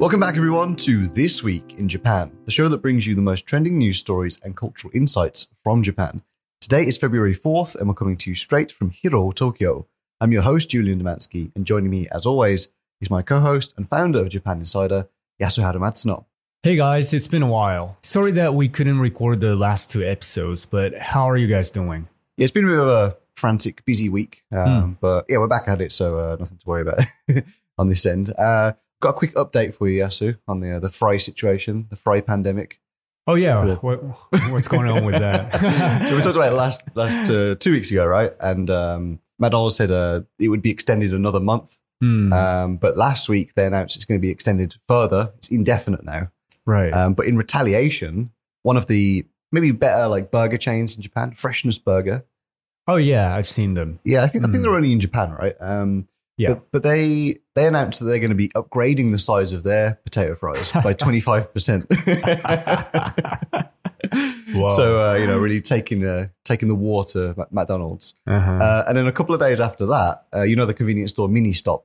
Welcome back, everyone, to This Week in Japan, the show that brings you the most trending news stories and cultural insights from Japan. Today is February 4th, and we're coming to you straight from Hiro, Tokyo. I'm your host, Julian Domansky, and joining me, as always, is my co host and founder of Japan Insider, Yasuhara Matsuno. Hey guys, it's been a while. Sorry that we couldn't record the last two episodes, but how are you guys doing? Yeah, it's been a bit of a frantic, busy week, um, but yeah, we're back at it, so uh, nothing to worry about on this end. Uh, got a quick update for you, Yasu, on the uh, the fry situation, the fry pandemic. Oh yeah, Hello. what, what's going on with so we that? talked about it last last uh, two weeks ago, right? And um, McDonald's said uh, it would be extended another month, Hmm, um, but last week they announced it's going to be extended further. It's indefinite now. right. Um, but in retaliation, one of the maybe better like burger chains in Japan, Freshness Burger. oh yeah, I've seen them. Yeah, I think I think Mm. they're only in Japan, right? Um, Yeah. But, but they they announced that they're going to be upgrading the size of their potato fries by twenty five percent. Uh-huh. Wow. So uh, you know, really taking the taking the war to Mac- McDonald's, Uh-huh. uh, and then a couple of days after that, uh, you know, the convenience store Mini Stop,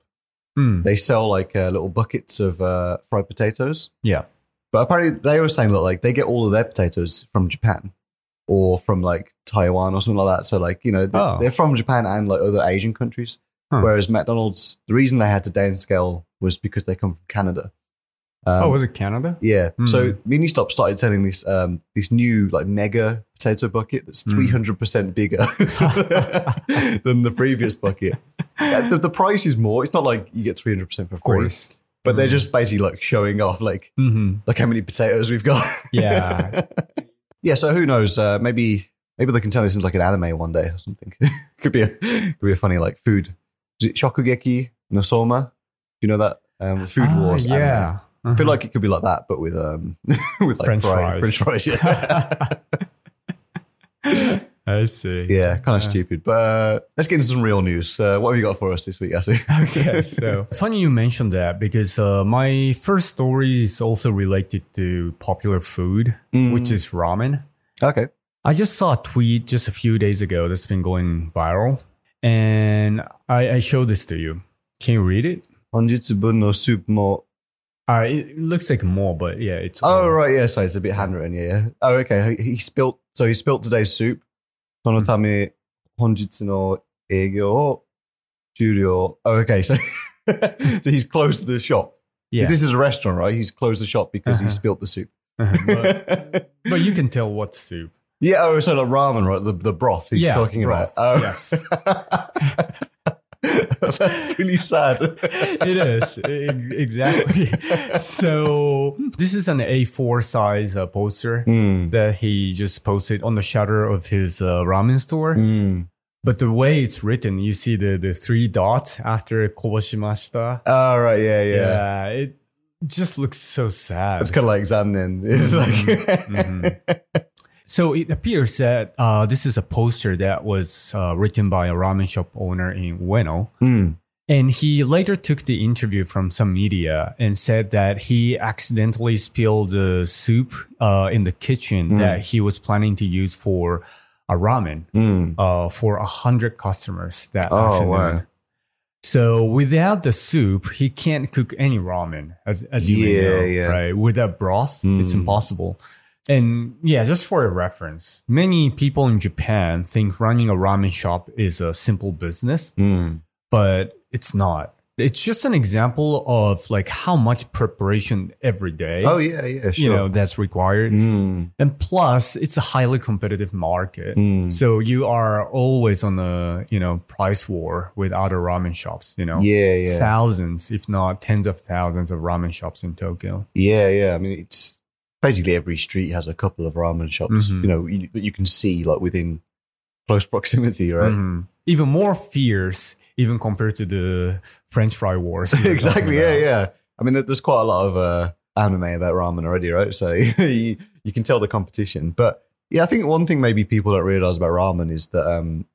Hmm, they sell like uh, little buckets of uh, fried potatoes. yeah. But apparently, they were saying that like they get all of their potatoes from Japan or from like Taiwan or something like that. So like you know, they're, Oh. they're from Japan and like other Asian countries. Huh. Whereas McDonald's, the reason they had to downscale was because they come from Canada. Um, oh, was it Canada? yeah. Hmm. So Mini Stop started selling this um, this new like mega potato bucket that's Hmm. three hundred percent bigger than the previous bucket. Yeah, the, the price is more. It's not like you get three hundred percent for Of free, course. but they're Hmm. just basically like showing off like hmm like how many potatoes we've got. Yeah. yeah. So who knows? Uh, maybe maybe they can turn this into like an anime one day or something. could be a could be a funny like food. Is it Shokugeki no Soma? Do you know that um, food Ah, wars? anime? yeah. I feel Uh-huh. like it could be like that, but with um with like French fry- fries. French fries, yeah, Uh-huh. I see. yeah, kind of Yeah. stupid. But uh, let's get into some real news. Uh, what have you got for us this week, Asi? okay, so funny you mentioned that because uh, my first story is also related to popular food, Mm. which is ramen. okay. I just saw a tweet just a few days ago that's been going viral, and I, I showed this to you. Can you read it? Honjutsu no soup mo. Uh, it looks like more, but yeah, it's Oh right, yeah. Sorry, it's a bit handwritten. Yeah. yeah. Oh okay. He, he spilt. So he spilt today's soup. Mm-hmm. Sonotame honjutsu no egyo o juryo. Oh okay. So so he's closed the shop. yeah. This is a restaurant, right? He's closed the shop because he Uh-huh. spilt the soup. Uh-huh, but, but you can tell what soup. Yeah, oh, so like ramen, right? The, the broth he's Yeah, talking broth, about. Oh. yes. That's really sad. it is e- exactly. So this is an A4 size uh, poster Mm, that he just posted on the shutter of his uh, ramen store. mm. But the way it's written, you see the, the three dots after kobashimashita. All right, yeah, yeah. it just looks so sad. It's kind of like Zan then. It's like, Mhm. so it appears that uh, this is a poster that was uh, written by a ramen shop owner in Ueno. Mm. And he later took the interview from some media and said that he accidentally spilled the soup uh, in the kitchen Mm. that he was planning to use for a ramen Mm. uh, for 100 customers that Oh, afternoon. wow. So without the soup, he can't cook any ramen, as, as you may Yeah, know, yeah. right? Without broth, it's Mm. impossible. And yeah, just for a reference, many people in Japan think running a ramen shop is a simple business, Mm. but it's not. It's just an example of like how much preparation every day, Oh, yeah, yeah, sure. you know, that's required. Mm. And plus, it's a highly competitive market. Mm. So you are always on a you know price war with other ramen shops. You know, Yeah, yeah. thousands, if not tens of thousands, of ramen shops in Tokyo. Yeah, yeah. I mean, it's basically every street has a couple of ramen shops, Mhm. you know, you- that you can see like within close proximity, right? Mhm. Even more fierce, even compared to the French fry wars. we were exactly. talking Yeah, about. yeah. I mean, there- there's quite a lot of uh, anime about ramen already, right? So you, you can tell the competition. But yeah, I think one thing maybe people don't realize about ramen is that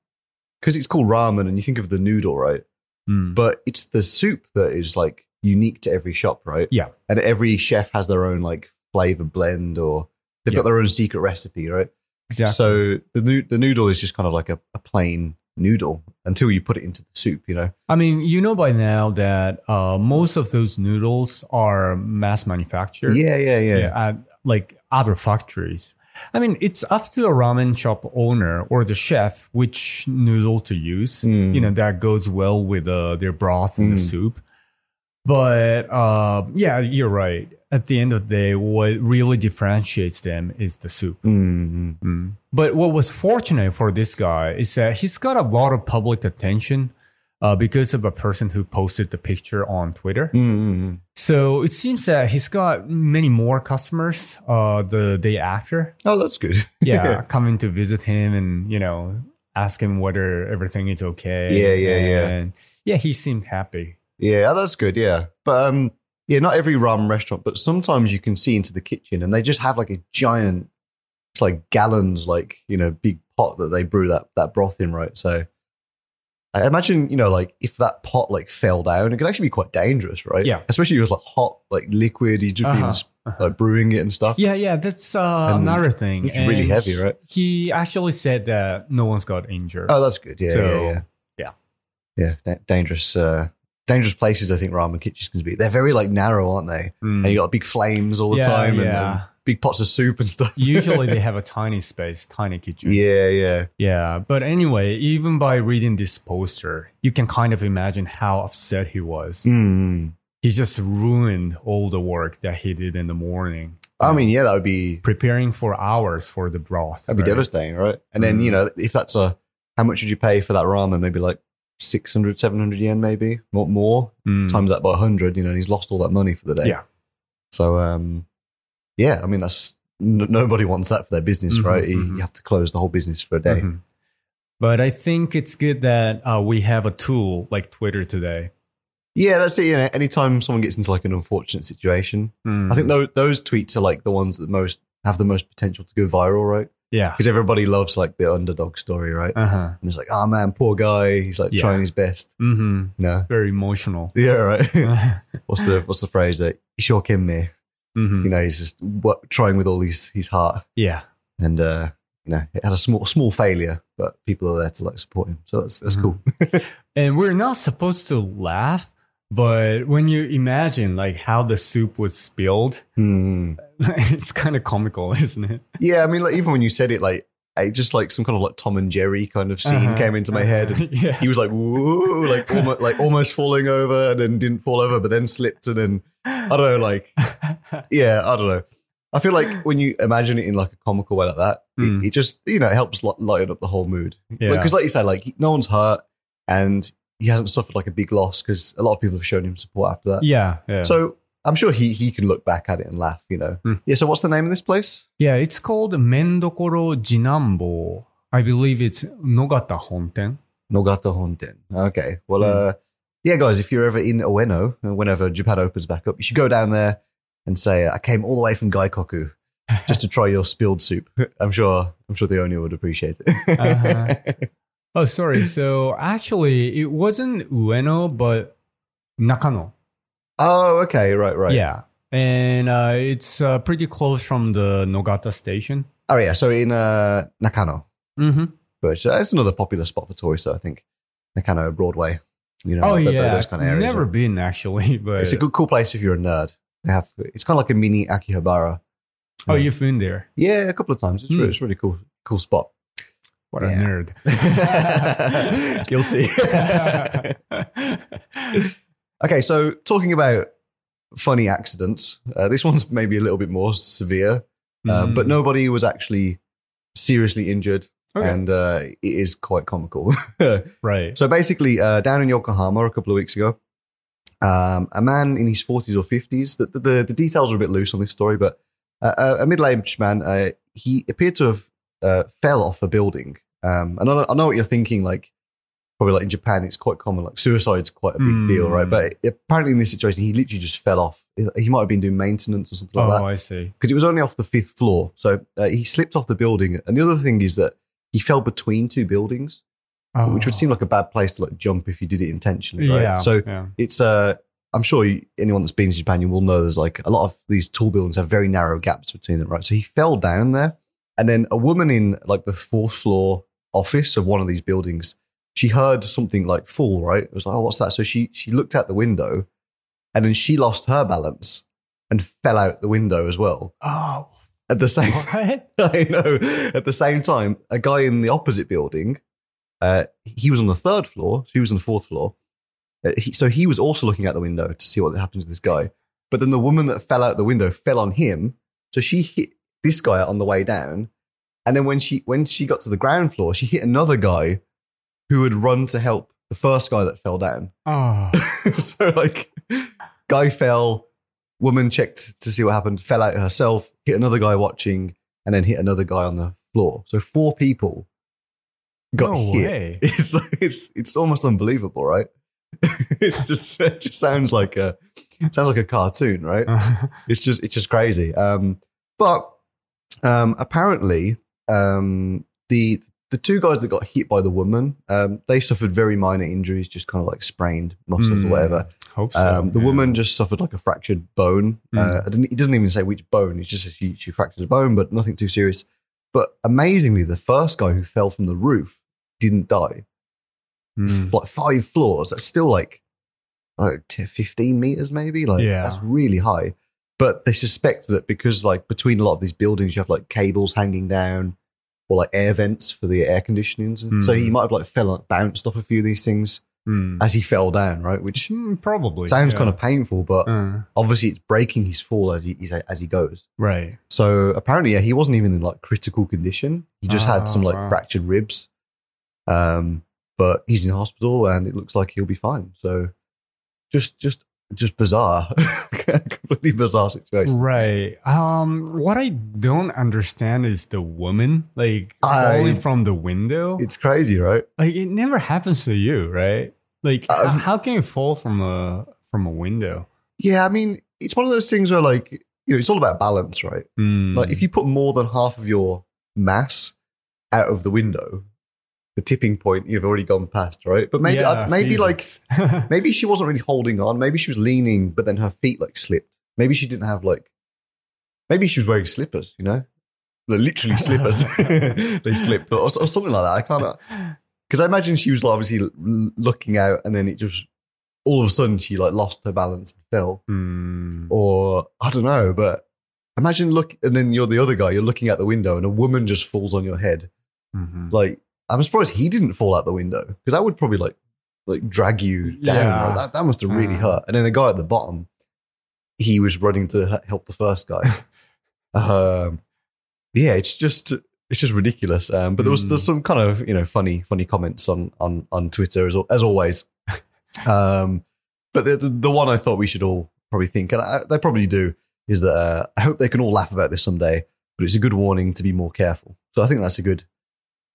because it's called ramen, and you think of the noodle, right? Mm. But it's the soup that is like unique to every shop, right? Yeah. and every chef has their own like flavor blend or They've Yeah. got their own secret recipe, right? Exactly. So the noo- the noodle is just kind of like a, a plain noodle until you put it into the soup, you know. I mean, you know by now that uh, most of those noodles are mass manufactured. Yeah, yeah, yeah. At uh, like other factories. I mean, it's up to a ramen shop owner or the chef which noodle to use. Mm. You know that goes well with uh, their broth and the Mm. soup. But uh, yeah, you're right. At the end of the day, what really differentiates them is the soup. Mm. Mm. But what was fortunate for this guy is that he's got a lot of public attention uh, because of a person who posted the picture on Twitter. Mm. So it seems that he's got many more customers uh, the day after. Oh, that's good. Yeah, coming to visit him and, you know, ask him whether everything is okay. Yeah, yeah, yeah. And yeah, he seemed happy. yeah, oh, that's good. Yeah, but um, yeah, not every ramen restaurant, but sometimes you can see into the kitchen and they just have like a giant, it's like gallons, like you know, big pot that they brew that that broth in, right? So. I imagine, you know, like if that pot like fell down, it could actually be quite dangerous, right? Yeah. Especially if it was like hot, like liquid, you just Uh-huh, been like brewing it and stuff. Yeah, yeah, that's uh, And another thing. it's really And heavy, right? He actually said that no one's got injured. Oh, that's good. Yeah, So, yeah, yeah, yeah. yeah. da- dangerous, uh, dangerous places. I think ramen kitchens can be. They're very like narrow, aren't they? Mm. And you got big flames all the Yeah, time, and, yeah. and big pots of soup and stuff. Usually they have a tiny space, tiny kitchen. yeah, yeah, Yeah, But anyway, even by reading this poster, you can kind of imagine how upset he was. Mm. He just ruined all the work that he did in the morning. I mean, yeah, that would be preparing for hours for the broth. that'd be right? devastating, right? And then Mm. you know, if that's a how much would you pay for that ramen? Maybe like 600, 700 yen, maybe not more. Mm. Times that by hundred, you know, and he's lost all that money for the day. Yeah. So, um, yeah, I mean, that's n- nobody wants that for their business, Mhm, right? You, mhm. you have to close the whole business for a day. Mhm. But I think it's good that uh, we have a tool like Twitter today. Yeah, that's it. You know, anytime someone gets into like an unfortunate situation, Mm. I think those, those tweets are like the ones that most have the most potential to go viral, right? yeah. Because everybody loves like the underdog story, right? Uh huh. And it's like, oh man, poor guy, he's like Yeah. trying his best. hmm No, Very emotional. yeah, right. mm-hmm. what's the what's the phrase that Ishokenmei? You know, he's just what, trying with all his his heart, Yeah. and uh, you know, it had a small small failure, but people are there to like support him, so that's that's Mhm. cool. And we're not supposed to laugh, but when you imagine like how the soup was spilled, Hmm. it's kind of comical, isn't it? Yeah, I mean, like even when you said it, like I just like some kind of like Tom and Jerry kind of scene Uh-huh, came into my uh-huh. head. And yeah. he was like, "Whoa!" Like almost, like almost falling over, and then didn't fall over, but then slipped, and then I don't know, like yeah, I don't know. I feel like when you imagine it in like a comical way like that, Mm. it, it just you know it helps li- lighten up the whole mood. Yeah. Because like, you said, like no one's hurt, and he hasn't suffered like a big loss because a lot of people have shown him support after that. yeah. Yeah. So I'm sure he he can look back at it and laugh. You know. Mm. Yeah. So what's the name of this place? yeah, it's called Mendokoro Jinambo. I believe it's Nogata Honten. Nogata Honten. Okay. Well, Hmm. uh, yeah, guys, if you're ever in Ueno, uh, whenever Japan opens back up, you should go down there and say, I came all the way from Gaikoku just to try your spilled soup. I'm sure, I'm sure the owner would appreciate it. Uh-huh. Oh, sorry. So actually, it wasn't Ueno, but Nakano. oh, okay. Right, right. Yeah. And uh, it's uh, pretty close from the Nogata station. Oh, yeah. So in uh, Nakano, Mm-hmm. which uh, it's another popular spot for tourists, I think. Nakano, Broadway, you know, Oh, like th- th- yeah. those kind of areas. Never been, actually. But It's a good, cool place if you're a nerd. They have, it's kind of like a mini Akihabara. Oh, you've been there. Yeah, a couple of times. It's, Hmm. really, it's a really cool, cool spot. What Yeah. a nerd. Guilty. okay, so talking about funny accidents, uh, this one's maybe a little bit more severe, uh, Mm. but nobody was actually seriously injured, Okay. and uh, it is quite comical. Mm, right. so basically, uh, down in Yokohama a couple of weeks ago, um, a man in his 40s or 50s, the, the, the details are a bit loose on this story, but uh, a- a middle aged man, uh, he appeared to have uh, fell off a building. Um, and I know, I know what you're thinking, like, probably like in Japan, it's quite common, like, suicide's quite a big Hmm. deal, right? But apparently, in this situation, he literally just fell off. He might have been doing maintenance or something like oh, that I see. because it was only off the fifth floor. So uh, he slipped off the building. And the other thing is that he fell between two buildings, Oh. which would seem like a bad place to like jump if you did it intentionally, right? yeah. So yeah. it's uh I'm sure you, anyone that's been to Japan, you will know there's like a lot of these tall buildings have very narrow gaps between them, right? So he fell down there, and then a woman in like the fourth floor office of one of these buildings, she heard something like fall, right? It was like, oh, what's that? So she she looked out the window, and then she lost her balance and fell out the window as well Oh, at the same what? I know. At the same time, a guy in the opposite building, uh, he was on the third floor. She was on the fourth floor. Uh, he, so he was also looking out the window to see what happened to this guy. But then the woman that fell out the window fell on him. So she hit this guy on the way down. And then when she when she got to the ground floor, she hit another guy who had run to help the first guy that fell down. Oh, so like, guy fell, woman checked to see what happened, fell out herself, hit another guy watching, and then hit another guy on the floor. So four people got no hit. way. It's it's it's almost unbelievable, right? it's just it just sounds like a it sounds like a cartoon, right? It's just it's just crazy. Um, but um, apparently, um, the the two guys that got hit by the woman, um, they suffered very minor injuries, just kind of like sprained muscles Hmm. or whatever. Hope so. Um, the yeah. Hmm. woman just suffered like a fractured bone. Uh, I didn't, he doesn't even say which bone. It's just that she, she fractured a bone, but nothing too serious. But amazingly, the first guy who fell from the roof didn't die. Mm. F- Like five floors. That's still like, like 10, 15 meters, maybe. Like Yeah. that's really high. But they suspect that because like between a lot of these buildings, you have like cables hanging down or like air vents for the air conditionings. And So Hmm. he might have like fell, like, bounced off a few of these things Mm. as he fell down, right? Which Mm, probably sounds yeah. kind of painful, but Uh, obviously it's breaking his fall as he he's- as he goes. right. So apparently, yeah, he wasn't even in like critical condition. He just Ah, had some like wow. fractured ribs. Um, but he's in hospital and it looks like he'll be fine. So just just just bizarre, completely bizarre situation. Right. Um. What I don't understand is the woman like I- falling from the window. It's crazy, right? Like it never happens to you, right? Like h- Um, how can you fall from a from a window? Yeah, I mean, it's one of those things where like you know, it's all about balance, right? Mm. Like if you put more than half of your mass out of the window, the tipping point you've already gone past, right? But maybe Yeah, uh, maybe like physics. Maybe she wasn't really holding on. Maybe she was leaning, but then her feet like slipped. Maybe she didn't have like. Maybe she was wearing slippers. You know, they're literally slippers. they slipped or, or something like that. I can't because I imagine she was obviously l- looking out, and then it just all of a sudden she like lost her balance and fell, Mm. or I don't know. But imagine look, and then you're the other guy. You're looking out the window, and a woman just falls on your head. Mhm. Like I'm surprised he didn't fall out the window because that would probably like like drag you down. Yeah. Like, That, that must have really Uh. hurt. And then the guy at the bottom, he was running to h- help the first guy. um, yeah, it's just it's just ridiculous. Um, but there was Mm. there's some kind of you know funny funny comments on on on Twitter as al- as always. um, but the, the the one I thought we should all probably think, and I, they probably do, is that uh, I hope they can all laugh about this someday. But it's a good warning to be more careful. So I think that's a good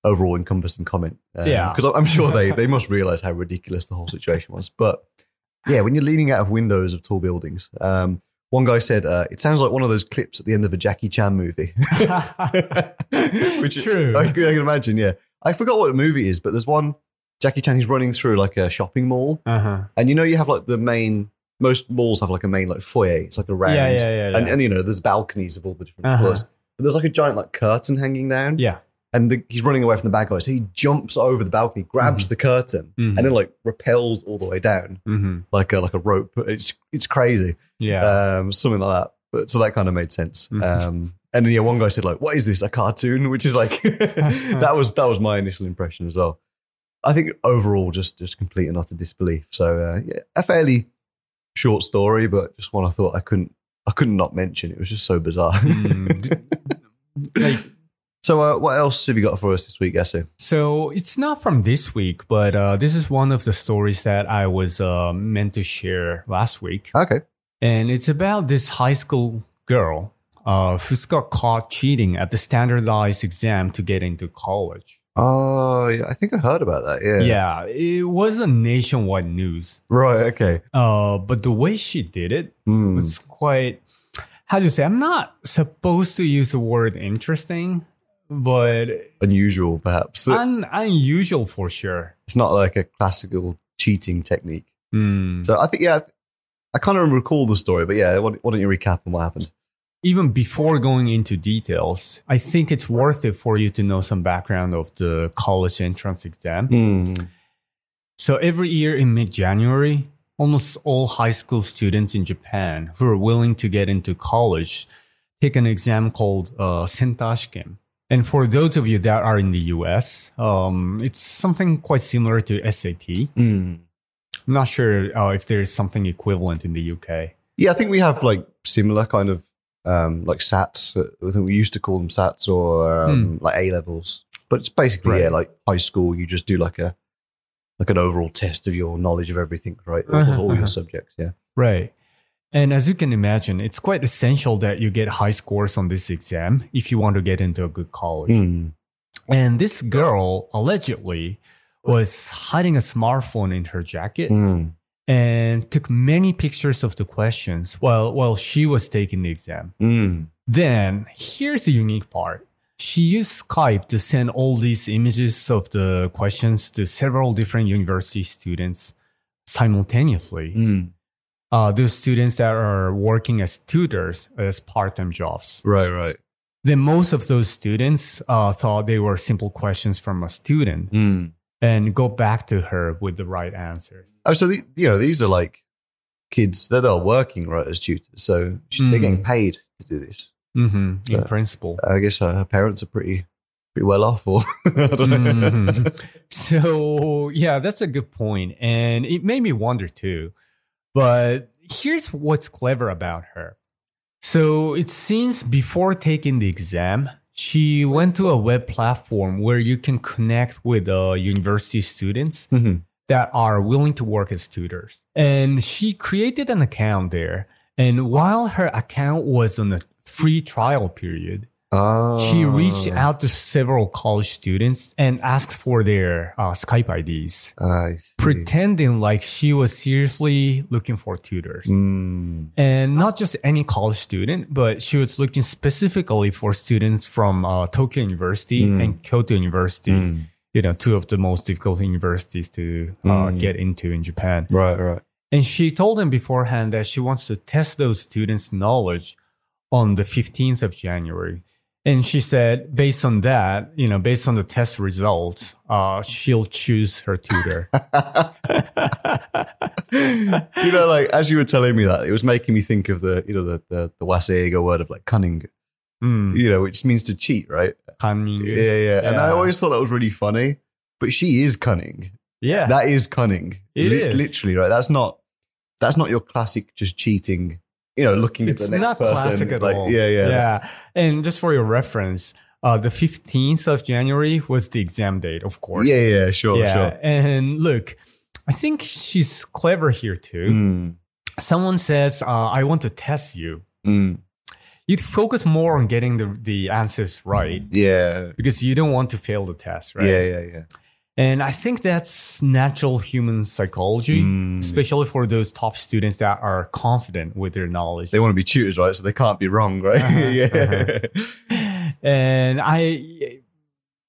overall encompassing comment. Um, Yeah. because I'm sure they they must realize how ridiculous the whole situation was. But yeah, when you're leaning out of windows of tall buildings, um, one guy said uh, it sounds like one of those clips at the end of a Jackie Chan movie. Which True. I, can- I can imagine. Yeah, I forgot what movie it is, but there's one Jackie Chan. He's running through like a shopping mall, Uh huh. and you know you have like the main. Most malls have like a main like foyer. It's like a round, Yeah, yeah, yeah. yeah. And, and you know there's balconies of all the different Uh-huh. floors. But there's like a giant like curtain hanging down, yeah. and the, he's running away from the bad guy. So he jumps over the balcony, grabs the curtain, Mhm. and then like repels all the way down Mhm. like a like a rope. It's it's crazy Yeah. um, something like that. But so that kind of made sense. Mhm. Um, and then yeah, one guy said like, "What is this? A cartoon?" Which is like that was that was my initial impression as well. I think overall, just just complete and utter disbelief. So uh, yeah, a fairly short story, but just one I thought I couldn't I couldn't not mention. It was just so bizarre. Mm. D- like so uh, what else have you got for us this week, Esso? So it's not from this week, but uh, this is one of the stories that I was uh, meant to share last week. Okay, And it's about this high school girl uh, who's got caught cheating at the standardized exam to get into college. oh yeah, I think I heard about that. Yeah, Yeah, it was a nationwide news. right. Okay, Uh, but the way she did it Hmm. was quite, how do you say, I'm not supposed to use the word interesting, but unusual perhaps. un- unusual for sure. it's not like a classical cheating technique. Hmm. So I think yeah, I th- I can't even recall the story, but yeah, why why don't you recap on what happened? Even before going into details, I think it's worth it for you to know some background of the college entrance exam. Hmm. So every year in mid January, almost all high school students in Japan who are willing to get into college take an exam called uh, Sentashiken. And for those of you that are in the US, um, it's something quite similar to SAT. Mm. I'm not sure uh, if there is something equivalent in the UK. Yeah, I think we have like similar kind of um, like SATs. I think we used to call them SATs or um, like A levels, but it's basically Right. yeah, like high school. You just do like a like an overall test of your knowledge of everything, right? Of Uh-huh, all uh-huh. your subjects. Yeah. Right. And as you can imagine, it's quite essential that you get high scores on this exam if you want to get into a good college. Mm. And this girl allegedly was hiding a smartphone in her jacket Mm. and took many pictures of the questions while while she was taking the exam. Mm. Then here's the unique part. She used Skype to send all these images of the questions to several different university students simultaneously. Mm. Uh, those students that are working as tutors as part-time jobs. Right. Right. Then most of those students uh, thought they were simple questions from a student Mm. and go back to her with the right answers. Oh, so the, you know these are like kids that are working right as tutors, so sh they're Mm. getting paid to do this. hmm in Yeah. principle. I guess her, her parents are pretty pretty well off, or I don't know. Mhm. So, yeah, that's a good point. And it made me wonder too. But here's what's clever about her. So, it seems before taking the exam, she went to a web platform where you can connect with uh, university students Mhm. that are willing to work as tutors. And she created an account there. And while her account was on a free trial period, Ah. she reached out to several college students and asked for their uh, Skype IDs, I see. pretending like she was seriously looking for tutors. Mm. And not just any college student, but she was looking specifically for students from uh, Tokyo University Mm. and Kyoto University, Mm. you know, two of the most difficult universities to uh, Mm. get into in Japan. Right, right. And she told them beforehand that she wants to test those students' knowledge on the 15th of January. And she said, based on that, you know, based on the test results, uh, she'll choose her tutor. you know, like as you were telling me that, it was making me think of the, you know, the the, the Waseigo word of like cunning, mm, you know, which means to cheat, right? cunning. Yeah, yeah. And I Yeah. always thought that was really funny. But she is cunning. Yeah. That is cunning. It Li- is. literally right. That's not that's not your classic just cheating. You know, looking it's at the next not person. classic at like, all. Yeah, yeah, Yeah. And just for your reference, uh, the 15th of January was the exam date, of course. yeah, yeah. Sure, yeah. sure. And look, I think she's clever here too. Mm, someone says, uh, I want to test you, mm, you'd focus more on getting the, the answers right yeah, because you don't want to fail the test, right? yeah, yeah, yeah. And I think that's natural human psychology, Mm. especially for those top students that are confident with their knowledge. They want to be tutors, right? So they can't be wrong, right? Uh-huh, yeah. and I,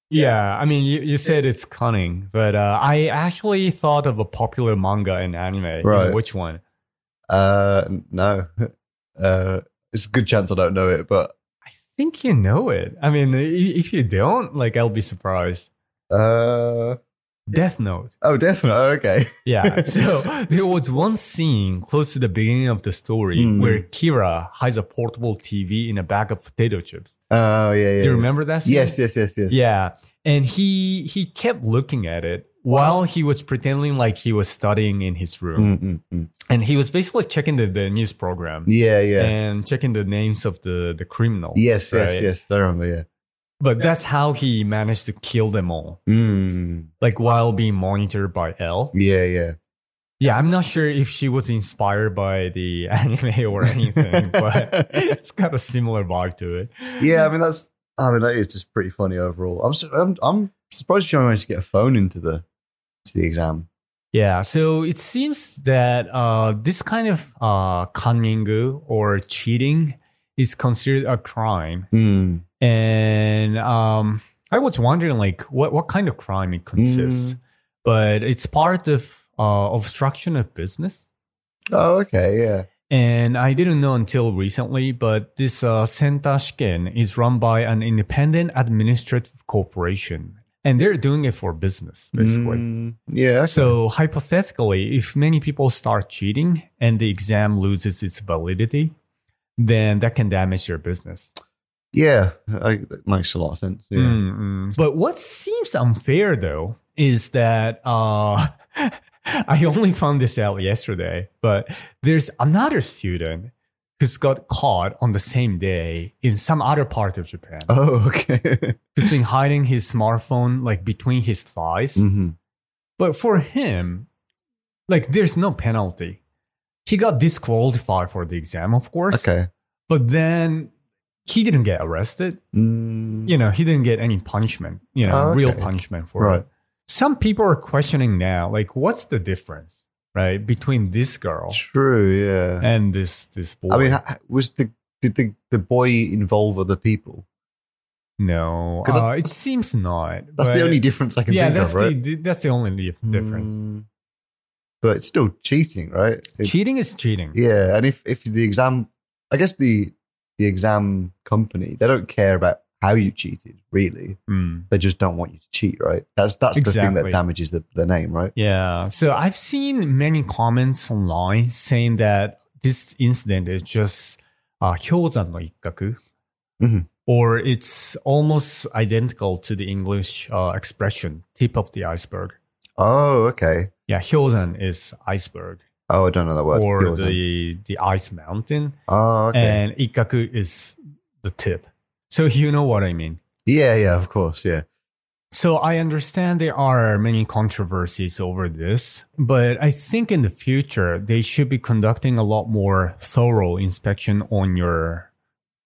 yeah, I mean, you, you said it's cunning, but uh, I actually thought of a popular manga and anime. You know, Right. which one? Uh, no. Uh, it's a good chance I don't know it, but I think you know it. I mean, i- if you don't, like, I'll be surprised. uh, Death Note. oh, Death Note. oh, Okay. Yeah. So there was one scene close to the beginning of the story Hmm. where Kira hides a portable TV in a bag of potato chips. Oh, yeah, yeah. Do yeah. you remember that scene? Yes, yes, yes, yes. Yeah. And he he kept looking at it while he was pretending like he was studying in his room. Mm, mm, mm. And he was basically checking the, the news program Yeah, yeah. and checking the names of the, the criminals. yes, yes, right? yes. I remember, yeah. But that's how he managed to kill them all. Mm, Like while being monitored by L. yeah, yeah. Yeah, I'm not sure if she was inspired by the anime or anything, but it's got a similar vibe to it. Yeah, I mean, that's, I mean, that is just pretty funny overall. I'm, su- I'm, I'm surprised you managed to get a phone into the, to the exam. Yeah, so it seems that uh, this kind of uh, cunning or cheating is considered a crime. Mm. And um, I was wondering, like, what, what kind of crime it consists, but it's part of uh, obstruction of business. Oh, okay, yeah. And I didn't know until recently, but this uh, Senta Shiken is run by an independent administrative corporation. And they're doing it for business, basically. Mm, yeah. So, hypothetically, if many people start cheating and the exam loses its validity, then that can damage your business. Yeah, I, that makes a lot of sense. Yeah. Hmm. Mm-mm. Mm, But what seems unfair, though, is that uh, I only found this out yesterday, but there's another student who's got caught on the same day in some other part of Japan. Oh, okay. He's been hiding his smartphone like between his thighs. hmm But for him, like there's no penalty. He got disqualified for the exam, of course. Okay. But then he didn't get arrested. Mm, You know, he didn't get any punishment, you know, Oh, okay. real punishment for Right. it. Some people are questioning now, like, what's the difference, right, between this girl True. Yeah. and this this boy? I mean, ha- ha- was the did the, the boy involve other people? no, 'Cause uh, that's- it seems not. That's the but- only difference I can Yeah, think that's of, right? the that's the only dif- difference. Mm, but it's still cheating, right? It- cheating is cheating. yeah, and if if the exam, I guess the the exam company they don't care about how you cheated, really. Mm. They just don't want you to cheat, right? That's that's the thing Exactly. that damages the, the name, right? Yeah. So I've seen many comments online saying that this incident is just uh, Hyozan no ikkaku, Mhm. or it's almost identical to the English uh, expression "tip of the iceberg." Oh, okay. Yeah, Hyozan is iceberg, Oh, I don't know that word. or Yours. the the ice mountain, oh, okay. and ikkaku is the tip. So you know what I mean. yeah, yeah, of course, yeah. So I understand there are many controversies over this, but I think in the future they should be conducting a lot more thorough inspection on your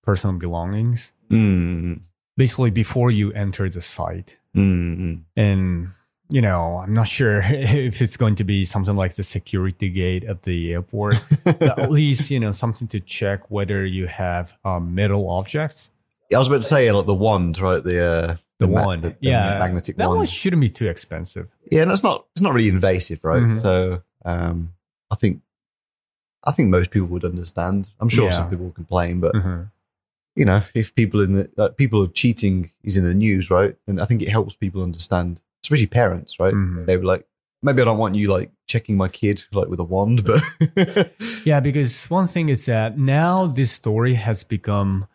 personal belongings, Mm, basically before you enter the site. mm, mm. And you know, I'm not sure if it's going to be something like the security gate at the airport, but at least you know something to check whether you have um, metal objects. I was about to say like the wand, right? The uh, The, ma- one, the- the yeah, magnetic that wand. one shouldn't be too expensive. yeah, and it's not it's not really invasive, right? Mhm. So um, I think I think most people would understand. I'm sure Yeah. some people will complain, but Mhm. you know, if people in the like, people of cheating is in the news, right? Then I think it helps people understand, especially parents, right? Mhm. They were like, maybe I don't want you like checking my kid like with a wand, but Yeah, because one thing is that now this story has become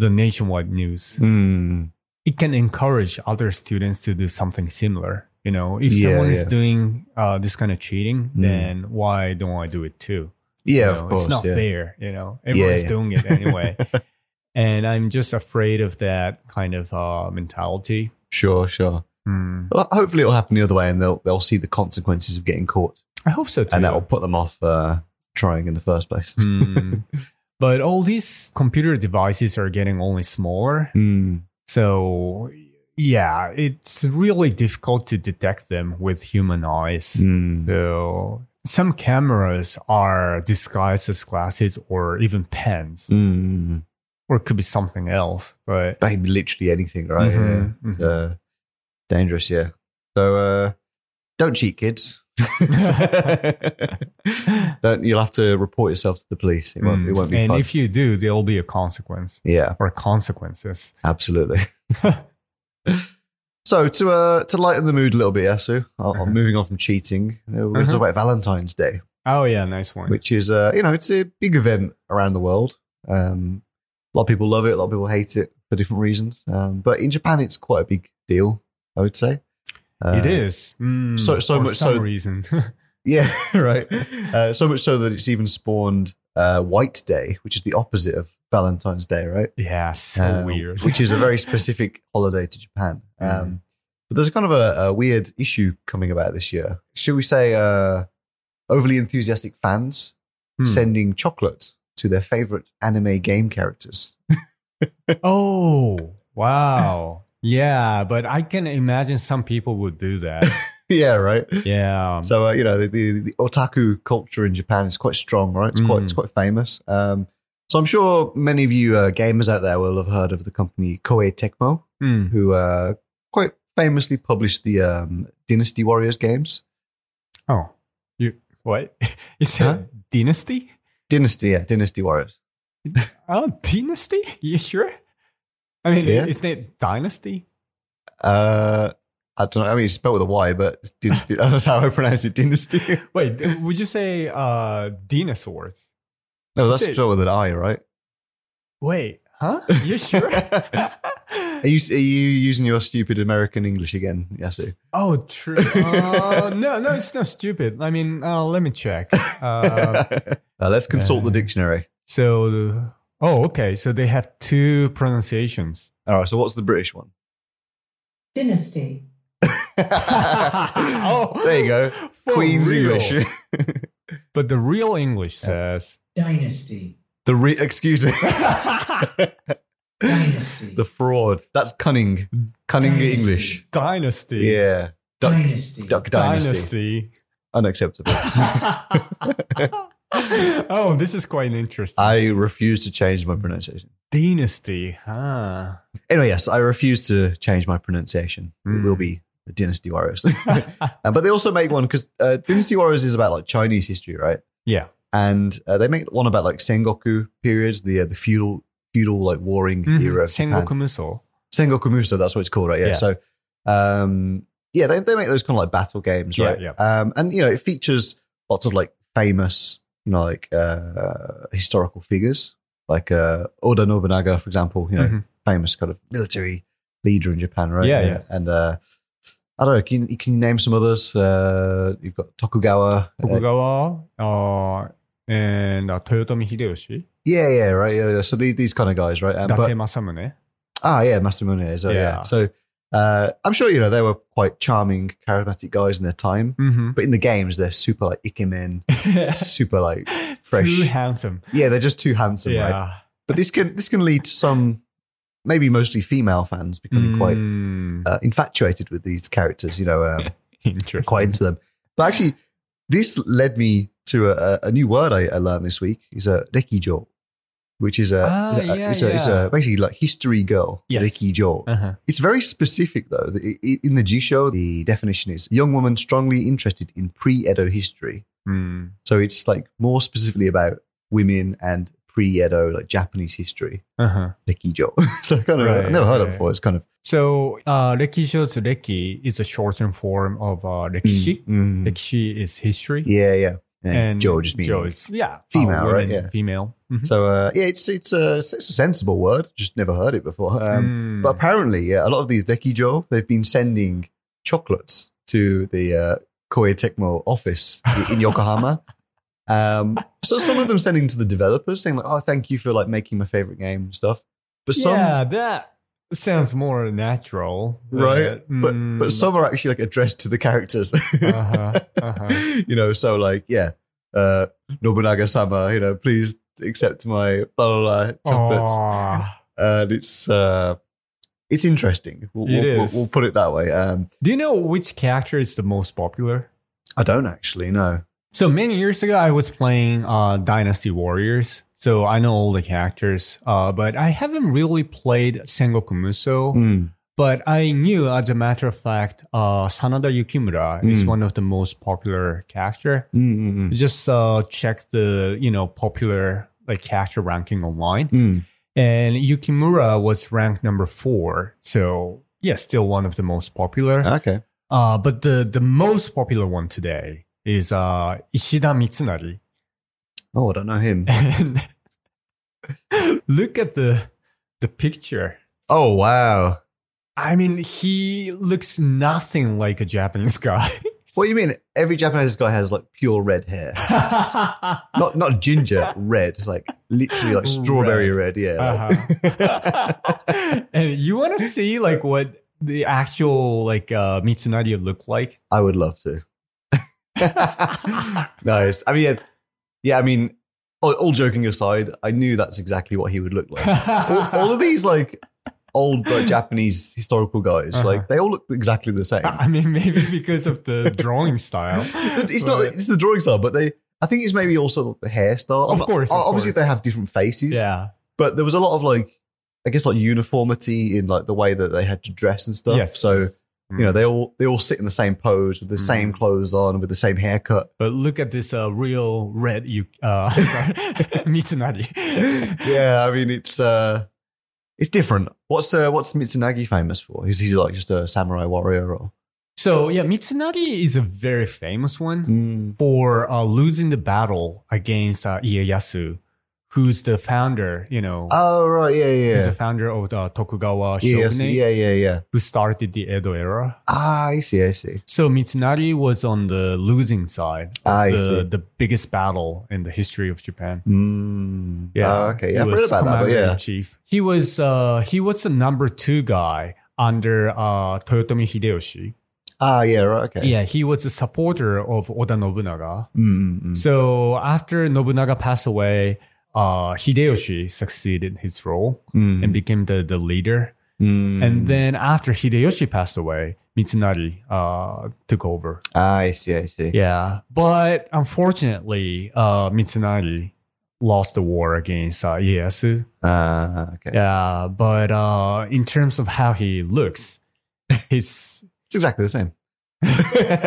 the nationwide news. Hmm. It can encourage other students to do something similar. You know, if Yeah, someone is yeah. doing uh, this kind of cheating, Mm. then why don't I do it too? yeah, You of know, course, it's not yeah. fair. You know, everyone's yeah. doing it anyway, and I'm just afraid of that kind of uh, mentality. Sure, sure. Hmm. Well, hopefully, it'll happen the other way, and they'll they'll see the consequences of getting caught, I hope so too. and that'll put them off uh, trying in the first place. Hmm. But all these computer devices are getting only smaller, Hmm. So yeah, it's really difficult to detect them with human eyes. Mm. So some cameras are disguised as glasses or even pens, Mm. or it could be something else. But Maybe literally anything, right? Mhm, Yeah. mhm. Uh, dangerous, yeah. So uh, don't cheat, kids. Mm-hmm. don't, you'll have to report yourself to the police. It won't, it won't be Mm. and fun. if you do, there'll be a consequence yeah, or consequences. absolutely. so to uh, to lighten the mood a little bit, Yasu, I'll- I'm moving on from cheating. uh, We're going to Uh-huh. talk about Valentine's Day. Oh yeah, nice one. which is uh, you know it's a big event around the world. Um, a lot of people love it, a lot of people hate it for different reasons. Um, but in Japan, it's quite a big deal, I would say. Uh, it is Mm, so- so for much some so- reason. yeah, right. Uh, so much so that it's even spawned uh, White Day, which is the opposite of Valentine's Day, right? yeah, so Uh, weird. which is a very specific holiday to Japan. Um, Mhm. But there's a kind of a, a weird issue coming about this year. Should we say uh, overly enthusiastic fans Hmm. sending chocolate to their favorite anime game characters. Oh, wow. Yeah, but I can imagine some people would do that. yeah, right. Yeah. So uh, you know the, the the otaku culture in Japan is quite strong, right? It's quite it's Mm. quite famous. Um, so I'm sure many of you uh, gamers out there will have heard of the company Koei Tecmo, Mm. who uh, quite famously published the um, Dynasty Warriors games. Oh, you What? Is that Huh? dynasty? Dynasty, yeah, Dynasty Warriors. Oh, dynasty? You sure? I mean, Yeah. isn't it dynasty? Uh, I don't know. I mean, it's spelled with a Y, but it's dyn- that's how I pronounce it. Dynasty. Wait, th- would you say uh, dinosaurs? No, that's Is it- spelled with an I, right? Wait, huh? You sure? Are you, are you using your stupid American English again, Yasu? oh, true. Uh, no, no, it's not stupid. I mean, uh, let me check. Uh, Uh, let's consult the Uh, dictionary. so, oh, okay. So they have two pronunciations. All right, so what's the British one? Dynasty. Oh, there you go. for Queen's real. English. But the real English says. Dynasty. the re- excuse me. Dynasty. the fraud. That's cunning. Cunning Dynasty. English. Dynasty. Yeah. Duck, Dynasty. duck dynasty. Dynasty. Unacceptable. oh, this is quite interesting. I refuse to change my pronunciation. dynasty, huh? Anyway, yes, I refuse to change my pronunciation. It Hmm. will be the Dynasty Warriors. Mm-hmm. Uh, but they also make one because uh, Dynasty Warriors is about like Chinese history, right? yeah. And uh, they make one about like Sengoku period, the uh, the feudal feudal like warring era. of Japan. Mm-hmm. Sengoku Musou. Sengoku Muso, that's what it's called, right? Yeah. So, Yeah. um, yeah, they, they make those kind of like battle games, Yeah, right? yeah. Um, and you know, it features lots of like famous, you know, like uh, historical figures, like uh, Oda Nobunaga, for example. You know, Mhm. famous kind of military leader in Japan, right? Yeah, yeah. And uh, I don't know, can you, can you name some others? Uh, you've got Tokugawa. uh, Tokugawa uh, and uh, Toyotomi Hideyoshi, yeah, yeah, right. Yeah, yeah. So these, these kind of guys, right? Um, Date but- Masamune. Ah, yeah, Master Munez. Oh, yeah. Yeah. So uh, I'm sure you know they were quite charming, charismatic guys in their time, Mhm. but in the games they're super like ikemen, super like Fresh. Too handsome. yeah, they're just too handsome, right? yeah. But this can this can lead to some maybe mostly female fans becoming quite Mm, uh, infatuated with these characters. You know, um, interesting. quite into them. But actually, this led me to a, a- a new word I, I learned this week. is a rekijo, which is a, Ah, is a- yeah, it's, a it's a yeah. basically like history girl. Yes. Rekijo. Uh-huh. It's very specific, though. The- i- i- In the G show, the definition is young woman strongly interested in pre Edo history. Mm. So it's like more specifically about women and pre Edo, like Japanese history, Uh-huh. Rekijo. so kind of, I've Right, never heard of it right. before. It's kind of. So, uh, Rekisho's Reki is a shortened form of uh, Rekishi. Mm, mm. Rekishi is history. yeah, yeah. And, Jo just means. Joe is, yeah. uh, female, women, right? Yeah. Female. Mhm. So uh, yeah, it's it's a it's a sensible word. Just never heard it before. Um, Mm. But apparently, yeah, a lot of these dekijo they've been sending chocolates to the uh, Koei Tecmo office i- in Yokohama. um, so some of them sending to the developers saying like, "Oh, thank you for like making my favorite game and stuff." But some, yeah, that sounds more natural, right? Uh, But mm, but some are actually like addressed to the characters. Uh-huh, uh-huh. you know, so like yeah, uh, Nobunaga sama, you know, please accept my blah blah blah chocolates. Aw. and it's uh, it's interesting. We'll, It we'll, is. we'll, we'll put it that way. Um, Do you know which character is the most popular? I don't actually know. So many years ago, I was playing uh, Dynasty Warriors, so I know all the characters, uh, but I haven't really played Sengoku Musou. Mm, But I knew, as a matter of fact, uh, Sanada Yukimura is Mm. one of the most popular character. Mm, mm, just uh, check the you know popular like character ranking online, mm. and Yukimura was ranked number four. So yeah, still one of the most popular. Mm. Okay. Uh, but the the most popular one today is uh, Ishida Mitsunari. Oh, I don't know him. And look at the the picture. Oh wow. I mean, he looks nothing like a Japanese guy. What do you mean? Every Japanese guy has like pure red hair. uh-huh. Not not ginger red, like literally like strawberry red. yeah. Uh-huh. and you want to see like what the actual like uh, Mitsunari looked like? I would love to. nice. I mean, yeah, yeah I mean, all, all joking aside, I knew that's exactly what he would look like. all, all of these like old like, Japanese historical guys, Uh-huh. like they all look exactly the same. I mean, maybe because of the drawing style. it's not it's the drawing style, but they I think it's maybe also the hairstyle. Of course, of obviously course. they have different faces, Yeah. but there was a lot of like I guess like uniformity in like the way that they had to dress and stuff. yes. So You know, they all they all sit in the same pose with the Mm. same clothes on, with the same haircut. But look at this uh, real red you uh, sorry, Mitsunari. yeah, I mean it's uh it's different. What's uh, what's Mitsunagi famous for? Is he like just a samurai warrior or So yeah, Mitsunari is a very famous one for uh, losing the battle against uh, Ieyasu, who's the founder. You know, Oh right, yeah, who's yeah. the founder of the Tokugawa Yeah, yes, shogunate, yeah, yeah, yeah. who started the Edo era. Ah, I see, I see. So Mitsunari was on the losing side of I the, see. the biggest battle in the history of Japan. Mm. Yeah. Ah, okay. Yeah, He I've was read about that, but yeah. Chief. He was uh, he was the number two guy under uh, Toyotomi Hideyoshi. Ah, yeah, right, okay. Yeah, he was a supporter of Oda Nobunaga. Mm, mm, mm. So after Nobunaga passed away, uh, Hideyoshi succeeded his role Mm, and became the, the leader. mm. And then after Hideyoshi passed away, Mitsunari uh, took over. Ah, I see, I see. Yeah, but unfortunately, uh, Mitsunari lost the war against uh, Ieyasu. Ah, okay. Yeah, but uh, in terms of how he looks, he's It's exactly the same.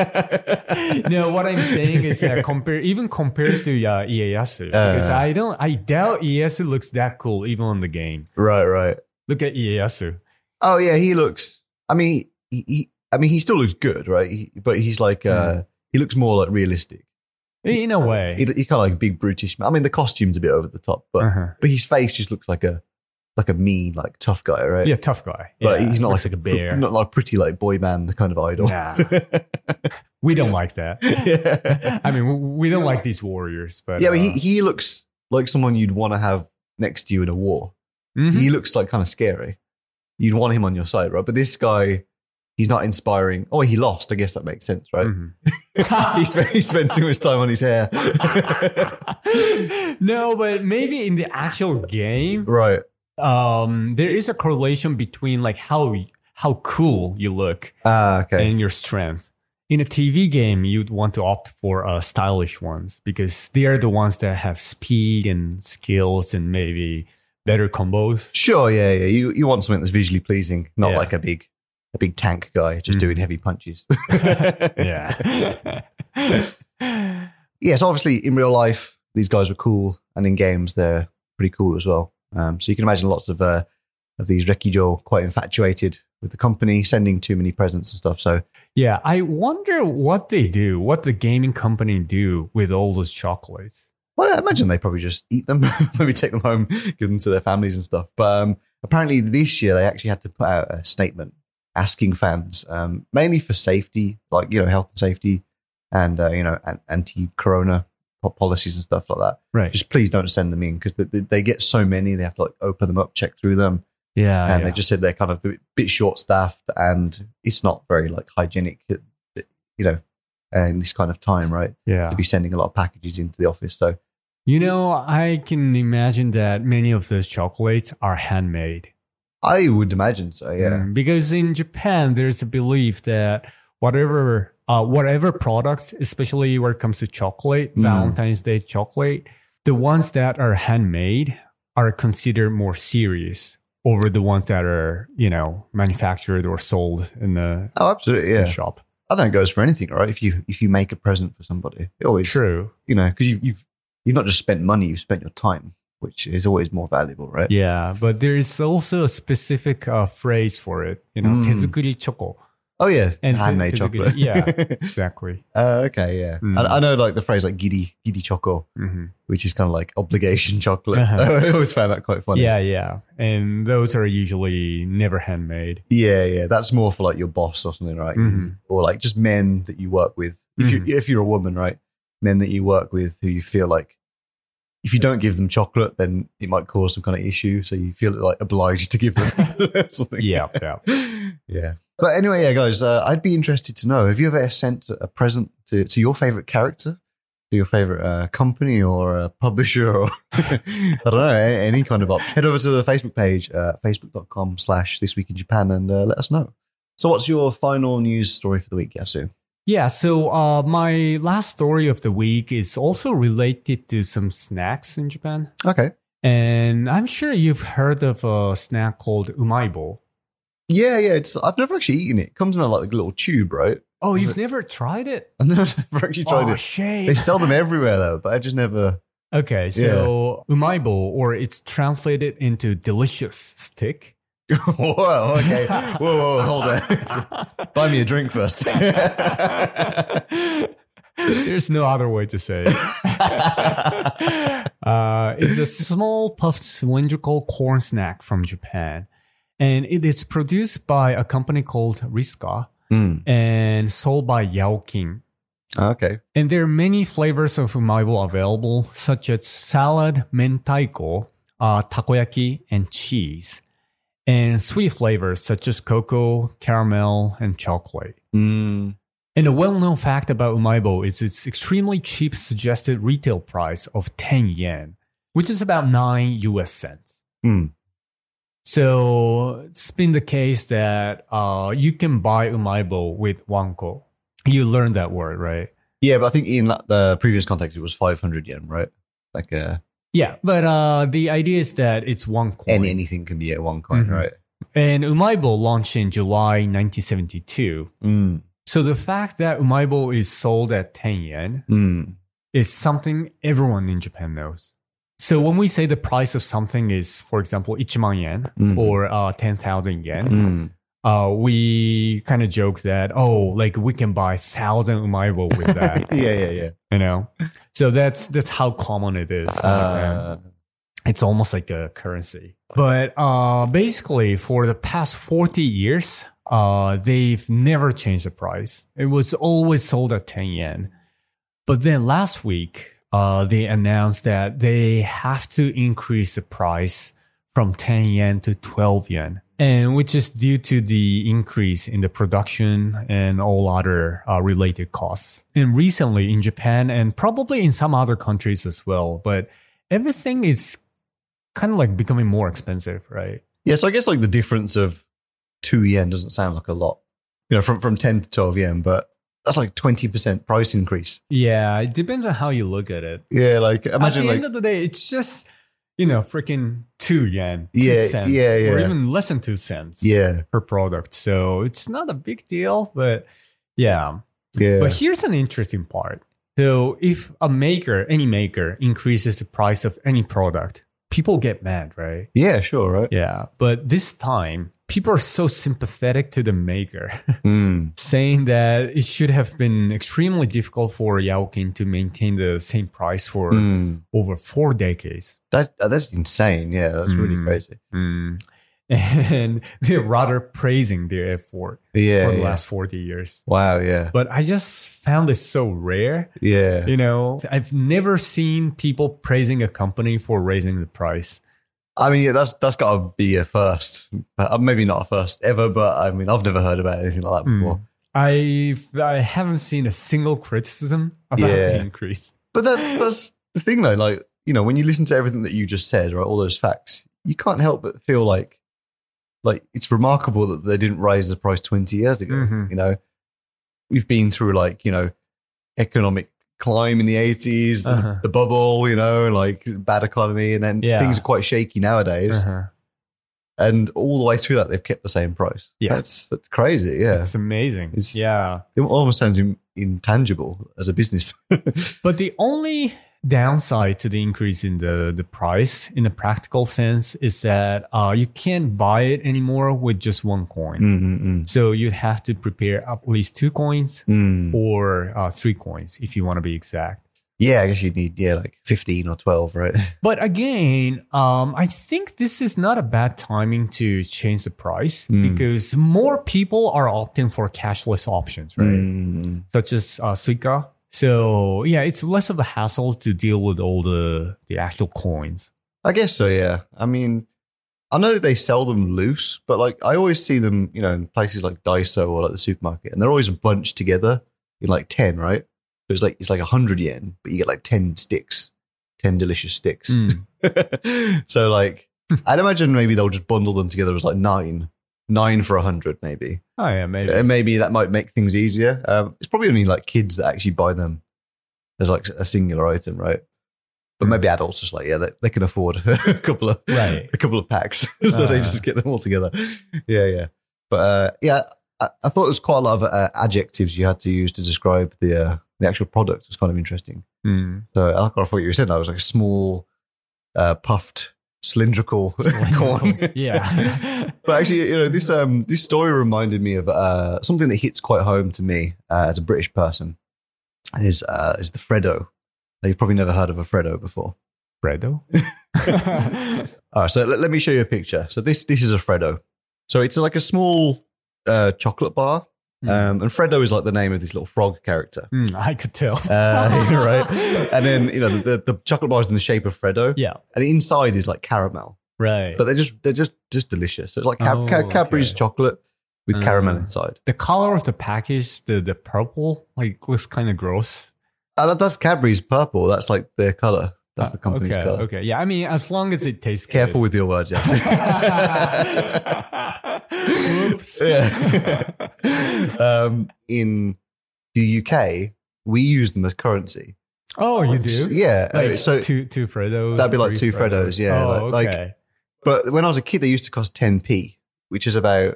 no. What I'm saying is that compare even compared to uh, Ieyasu, because Uh. I don't, I doubt Ieyasu looks that cool even on the game. Right, right. Look at Ieyasu. Oh yeah, he looks. I mean, he, he I mean, he still looks good, right? He, but he's like, Mm. uh, he looks more like realistic. In a way, He, he kind of like a big brutish. man. I mean, the costume's a bit over the top, but Uh-huh. but his face just looks like a like a mean, like tough guy, right? yeah, tough guy. But Yeah, he's not looks like, like a bear. not like pretty like boy band kind of idol. Nah, we don't like that. yeah, I mean, we- we don't like these warriors, but yeah, but he uh, he looks like someone you'd want to have next to you in a war. mhm. He looks like kind of scary. You'd want him on your side, right? But this guy, he's not inspiring. Oh, he lost. I guess that makes sense, right? Mhm. he, spent, he spent too much time on his hair. Mm-hmm. no, but maybe in the actual game, right. um, there is a correlation between like how how cool you look Ah, okay. and your strength. In a TV game, you'd want to opt for uh, stylish ones because they are the ones that have speed and skills and maybe better combos. sure. Yeah. Yeah. You, you want something that's visually pleasing, not Yeah. like a big, a big tank guy just Mhm. doing heavy punches. Yeah. yeah. So obviously in real life, these guys were cool and in games, they're pretty cool as well. Um, so you can imagine lots of, uh, of these Rekijo quite infatuated with the company, sending too many presents and stuff. So yeah, I wonder what they do, what the gaming company do with all those chocolates. Well, I imagine they probably just eat them, maybe take them home, give them to their families and stuff. But um, apparently, this year they actually had to put out a statement asking fans, um, mainly for safety, like you know, health and safety, and uh, you know, an- anti-corona po- policies and stuff like that. Right. Just please don't send them in because they, they get so many, they have to like open them up, check through them, Yeah. and Oh, yeah. they just said they're kind of a bit- bit short-staffed, and it's not very like hygienic, uh, you know, uh, in this kind of time, right? yeah. To be sending a lot of packages into the office, so. You know, I can imagine that many of those chocolates are handmade. I would imagine so. Yeah. Mm, Because in Japan, there's a belief that whatever, uh, whatever products, especially when it comes to chocolate, Mm. Valentine's Day chocolate, the ones that are handmade are considered more serious over the ones that are, you know, manufactured or sold in the Oh, absolutely. Yeah. shop. I think it goes for anything, right? If you if you make a present for somebody, it always True. you know because you've, you've you've not just spent money, you've spent your time, which is always more valuable, right? Yeah. But there is also a specific uh, phrase for it, you know, Mm. tezukuri choco. Oh yeah, And handmade it's a good- chocolate. Exactly. uh, okay. Yeah. Mm. And I know like the phrase like giddy giddy choco, hmm which is kind of like obligation chocolate. Uh-huh. I always found that quite funny. Yeah, yeah. And those are usually never handmade. Yeah, yeah. That's more for like your boss or something, right? Mhm. Or like just men that you work with. If Mm-hmm. you if you're a woman, right? Men that you work with who you feel like if you don't give them chocolate, then it might cause some kind of issue. So you feel like obliged to give them something. Yeah, yeah. yeah. But anyway, yeah, guys, uh, I'd be interested to know: Have you ever sent a present to, to your favorite character, to your favorite uh, company or uh, publisher, or I don't know, a- any kind of op? Head over to the Facebook page, uh, facebook.com/slash This Week in Japan, and uh, let us know. So, what's your final news story for the week, Yasu? Yeah, so uh, my last story of the week is also related to some snacks in Japan. Okay. And I'm sure you've heard of a snack called umaibo. Yeah, yeah. It's I've never actually eaten it. It comes in a, like a little tube, right? Oh, you've never tried it? I've never, never actually tried oh, it. shame. They sell them everywhere though, but I just never. Okay, so umaibo, or it's translated into delicious stick. Whoa, okay. Whoa, whoa, whoa, hold on. Buy me a drink first. There's no other way to say it. uh, it's a small puffed cylindrical corn snack from Japan. And it is produced by a company called Riska Hmm. and sold by Yaoking. Okay. And there are many flavors of umaibo available, such as salad, mentaiko, uh, takoyaki, and cheese. And sweet flavors such as cocoa, caramel, and chocolate. Mm. And a well-known fact about Umaibo is its extremely cheap suggested retail price of 10 yen, which is about 9 US cents. Hmm. So it's been the case that uh, you can buy Umaibo with Wanko. You learned that word, right? Yeah, but I think in la- the previous context, it was 500 yen, right? Like uh, Yeah, but uh, the idea is that it's one coin. any, anything can be at one coin, Mhm. right? And Umaibo launched in July 1972. Mm. So the fact that Umaibo is sold at 10 yen Mm. is something everyone in Japan knows. So when we say the price of something is, for example, 1万 yen Mhm. or uh, 10,000 yen, Mm. uh, we kind of joke that, oh, like we can buy 1,000 umaibo with that, Yeah, yeah, yeah. you know? So that's, that's how common it is. in Japan Uh, it's almost like a currency. But uh, basically, for the past 40 years, uh, they've never changed the price. It was always sold at 10 yen. But then last week, uh, they announced that they have to increase the price from 10 yen to 12 yen, and which is due to the increase in the production and all other uh, related costs. And recently in Japan and probably in some other countries as well, but everything is kind of like becoming more expensive, right? yeah, so I guess like the difference of two yen doesn't sound like a lot, you know, from, from 10 to 12 yen, but that's like 20% price increase. Yeah, it depends on how you look at it. Yeah, like At imagine the like. end of the day, it's just you know freaking two yen, two Yeah, cents, yeah, or yeah. even less than two cents yeah, per product. So it's not a big deal, but yeah. yeah. But here's an interesting part. So if a maker, any maker, increases the price of any product, people get mad, right? yeah, sure, right? Yeah. But this time, people are so sympathetic to the maker. Mm. saying that it should have been extremely difficult for Yaokin to maintain the same price for Mm. over four decades. That, uh, that's insane. Yeah, that's really Mm. crazy. And they're rather praising their effort Yeah. for the yeah. last 40 years. Wow, yeah. But I just found it so rare. Yeah. You know, I've never seen people praising a company for raising the price. I mean, yeah, that's that's got to be a first. Uh, maybe not a first ever, but I mean, I've never heard about anything like that Mm. before. I've, I haven't seen a single criticism about the Yeah. increase. But that's that's the thing, though. Like, you know, when you listen to everything that you just said, right, all those facts, you can't help but feel like, like it's remarkable that they didn't raise the price twenty years ago. Mhm. You know, we've been through like you know, economic climb in the 80s the- Uh-huh. the, bubble you know like bad economy and then Yeah. things are quite shaky nowadays Uh-huh. and all the way through that they've kept the same price Yeah. that's that's crazy yeah It's amazing. It's- yeah. It almost sounds in, intangible as a business. But the only downside to the increase in the, the price in a practical sense is that uh, you can't buy it anymore with just one coin. Mm, mm, So you have to prepare at least two coins mm. Mm. or uh, three coins if you want to be exact. Yeah, I guess you'd need yeah like fifteen or twelve, right? But again, um, I think this is not a bad timing to change the price Mm. because more people are opting for cashless options, right? Mm. such as uh, Suica. So yeah, it's less of a hassle to deal with all the, the actual coins. I guess so. Yeah. I mean, I know they sell them loose, but like I always see them, you know, in places like Daiso or like the supermarket, and they're always bunched together in like ten, right? So it's like it's like hundred yen, but you get like ten sticks, ten delicious sticks. Mm. so like, I'd imagine maybe they'll just bundle them together as like nine, nine for a hundred, maybe. Oh yeah, maybe. and maybe that might make things easier. Um, it's probably only like kids that actually buy them as like a singular item, right? But maybe adults just like yeah, they, they can afford a couple of Hmm. Right. a couple of packs, so they Uh. just get them all together. Yeah, yeah. But uh, yeah, I, I thought it was quite a lot of uh, adjectives you had to use to describe the uh, the actual product. It was kind of interesting. Mm. So I like what I thought you were saying that was like small, uh, puffed, cylindrical corn. yeah. But actually, you know, this um this story reminded me of uh, something that hits quite home to me uh, as a British person is uh, is the Freddo. Now, You've probably never heard of a Freddo before. Fredo? Hmm, All right, so let, let me show you a picture. So this this is a Freddo. So it's like a small uh, chocolate bar, Hmm. um, and Freddo is like the name of this little frog character, Mm, I could tell. uh, right? And then you know the, the, the chocolate bar is in the shape of Freddo, Yeah. and inside is like caramel, Right. but they're just they're just just delicious. So it's like Cad- Oh, Cad- Cadbury's okay. chocolate with caramel Ah. inside. the color of the package, the the purple, like looks kind of gross. Uh, that, that's Cadbury's purple. That's like their color. That's the company's Ah, okay, color. Okay. Yeah. I mean, as long as it tastes Careful Good. with your words, yes. Oops. Yeah. um, in the UK, we use them as currency. oh, you do? Yeah. uh, Like so, two two Fredos. That'd be like three two Freddos, yeah, Oh, like- like- okay. but when I was a kid, they used to cost 10p, which is about,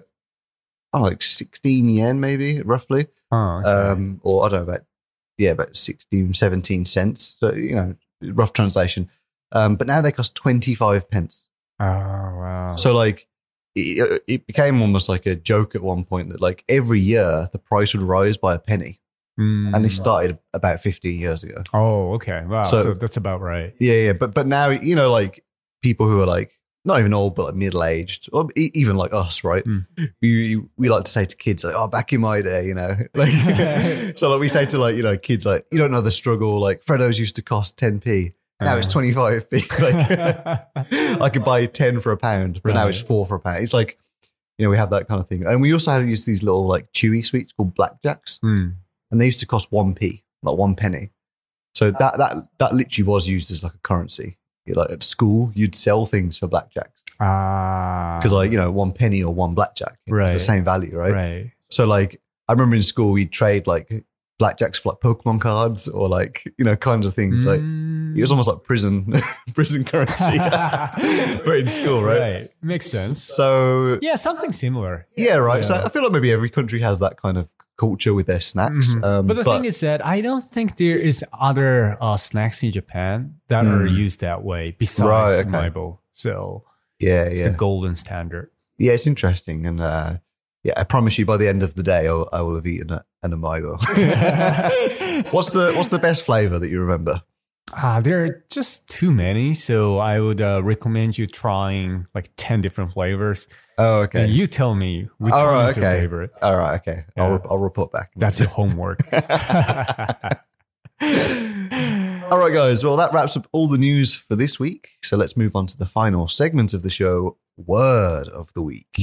I don't know, like 16 yen, maybe, roughly. Oh, okay. Um, or I don't know, about, yeah, about 16, 17 cents. So, you know, rough translation. Um, but now they cost 25 pence. oh wow. So like it, it became almost like a joke at one point that like every year the price would rise by a penny, Mm. and this started about 15 years ago. Oh, okay. Wow. So- So, that's about right. Yeah, yeah, but but now you know like people who are like not even old but like middle aged or e- even like us, right? Mm. We- We we like to say to kids like, "Oh, back in my day," you know. Like so, like we say to like you know kids like, "You don't know the struggle." Like Freddos used to cost 10p, now it's Uh. 25p. Like, I could buy 10 for a pound, but now it's Right. four for a pound. It's like, you know, we have that kind of thing. And we also had used these little like chewy sweets called blackjacks, Mm. and they used to cost 1p, like one penny. So that, that, that literally was used as like a currency. It, like at school, you'd sell things for blackjacks Ah, because, like, you know, one penny or one blackjack, it's the Right. same value, right? right. So, like, I remember in school, we'd trade like blackjacks for like Pokemon cards or like, you know, kinds of things. Like, Hmm. it was almost like prison, prison currency, but in school, Right, makes sense. So Yeah, something similar. yeah, right. So Yeah. I feel like maybe every country has that kind of culture with their snacks. Mhm. Um, But the thing is that I don't think there is other uh, snacks in Japan that are Mm. used that way Right, besides okay. Maibo. So yeah, it's yeah, the golden standard. yeah. It's interesting, and uh, yeah, I promise you, by the end of the day, I'll, I will have eaten a, an amigo. what's the What's the best flavor that you remember? Ah, there are just too many, so I would uh, recommend you trying like ten different flavors. Oh, okay. And you tell me which All one right, is okay. your favorite. All right, okay. I'll, Yeah. re- I'll report back. That's your homework. All right, guys. Well, that wraps up all the news for this week. So let's move on to the final segment of the show Word of the Week.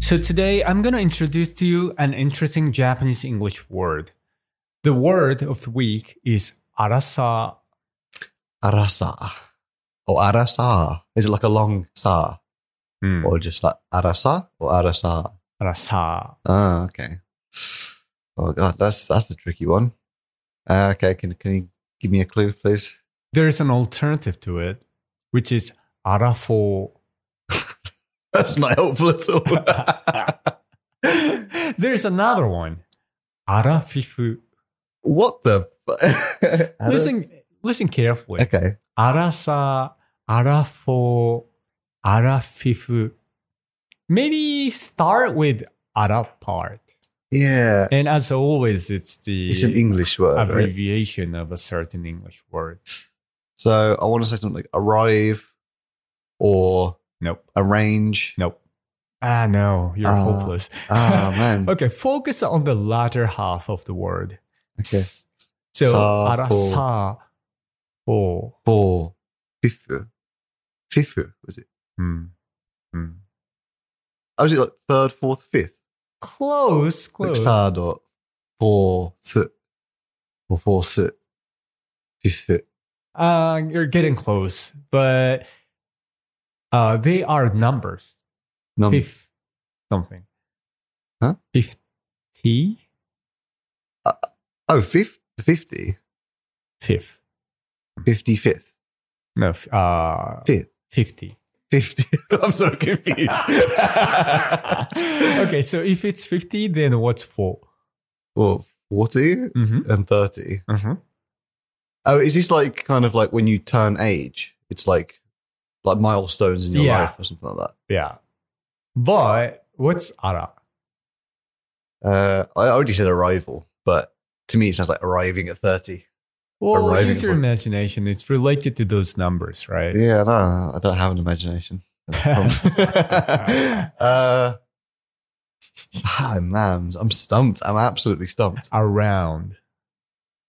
So today I'm going to introduce to you an interesting Japanese English word. The word of the week is arasa. Arasa. Or arasa. Is it like a long sa? Hmm, Or just like arasa or arasa? arasa. Ah, okay. Oh god, that's that's a tricky one. Uh, okay, can can you give me a clue, please? There is an alternative to it, which is arafo. That's not helpful at all. there is another one, arafifu. what the? fu- Listen, listen carefully. Okay. Arasa, arafo, arafifu. Maybe start with ara part. Yeah, And as always, it's the it's an English word. right? abbreviation of a certain English word. So I want to say something like arrive or Nope. arrange. Nope. Ah, no, you're Ah. hopeless. Ah man. Okay, focus on the latter half of the word. Okay. S- So, Sa, fo. arasa, fo. For fifu. Fifu was it? Hmm. Hmm. Oh, was it like third, fourth, fifth? Close, Like close. third or fourth or fourth fifth. Uh, you're getting close, but uh, they are numbers. Num- Fifth, something. Um, Huh? Fifty? Oh, fifth, fifty. Fifth. 55th. No, f- uh, Fifth. 50. 50. I'm so confused. okay, so if it's 50, then what's 4? Well, 40 Mm-hmm. and 30. Mm-hmm. Oh, is this like kind of like when you turn age? It's like like milestones in your Yeah. life or something like that. Yeah. But what's ara? Uh, I already said arrival, but to me it sounds like arriving at 30. Well, Arriving use your point. imagination. It's related to those numbers, right? Yeah, no, I don't have an imagination. That's the problem. uh, ah, man, I'm stumped. I'm absolutely stumped. Around.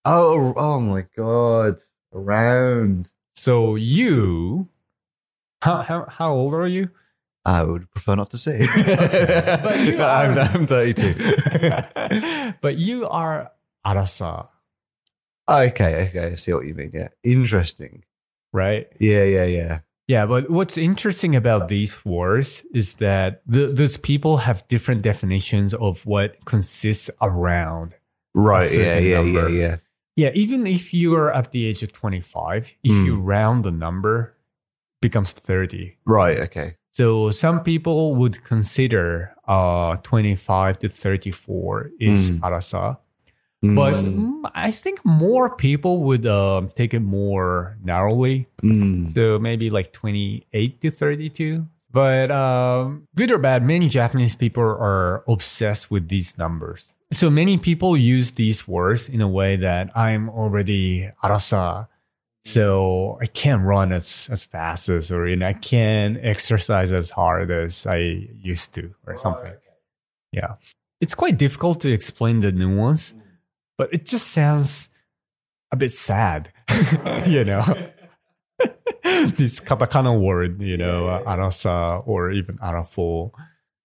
Oh, oh my God. Around. So you, how, how, how old are you? I would prefer not to say. But you But I'm, are- I'm 32. but you are arasa, okay, okay. I see what you mean. Yeah. Interesting. right? Yeah, yeah, yeah. Yeah, but what's interesting about these words is that th- those people have different definitions of what consists around. Right. Yeah, certain yeah, yeah, number. yeah. Yeah, even if you are at the age of 25, if Hmm. you round the number, becomes 30. Right. Okay. So some people would consider uh 25 to 34 is Hmm. arasa, but Mm, mm, I think more people would um, take it more narrowly. mm. So maybe like 28 to 32. But um, good or bad, many Japanese people are obsessed with these numbers. So many people use these words in a way that I'm already arasa. So I can't run as, as fast as, or you know, I can't exercise as hard as I used to, or something. Yeah. It's quite difficult to explain the nuance, but it just sounds a bit sad, you know? this katakana word, you know, arasa or even arafo.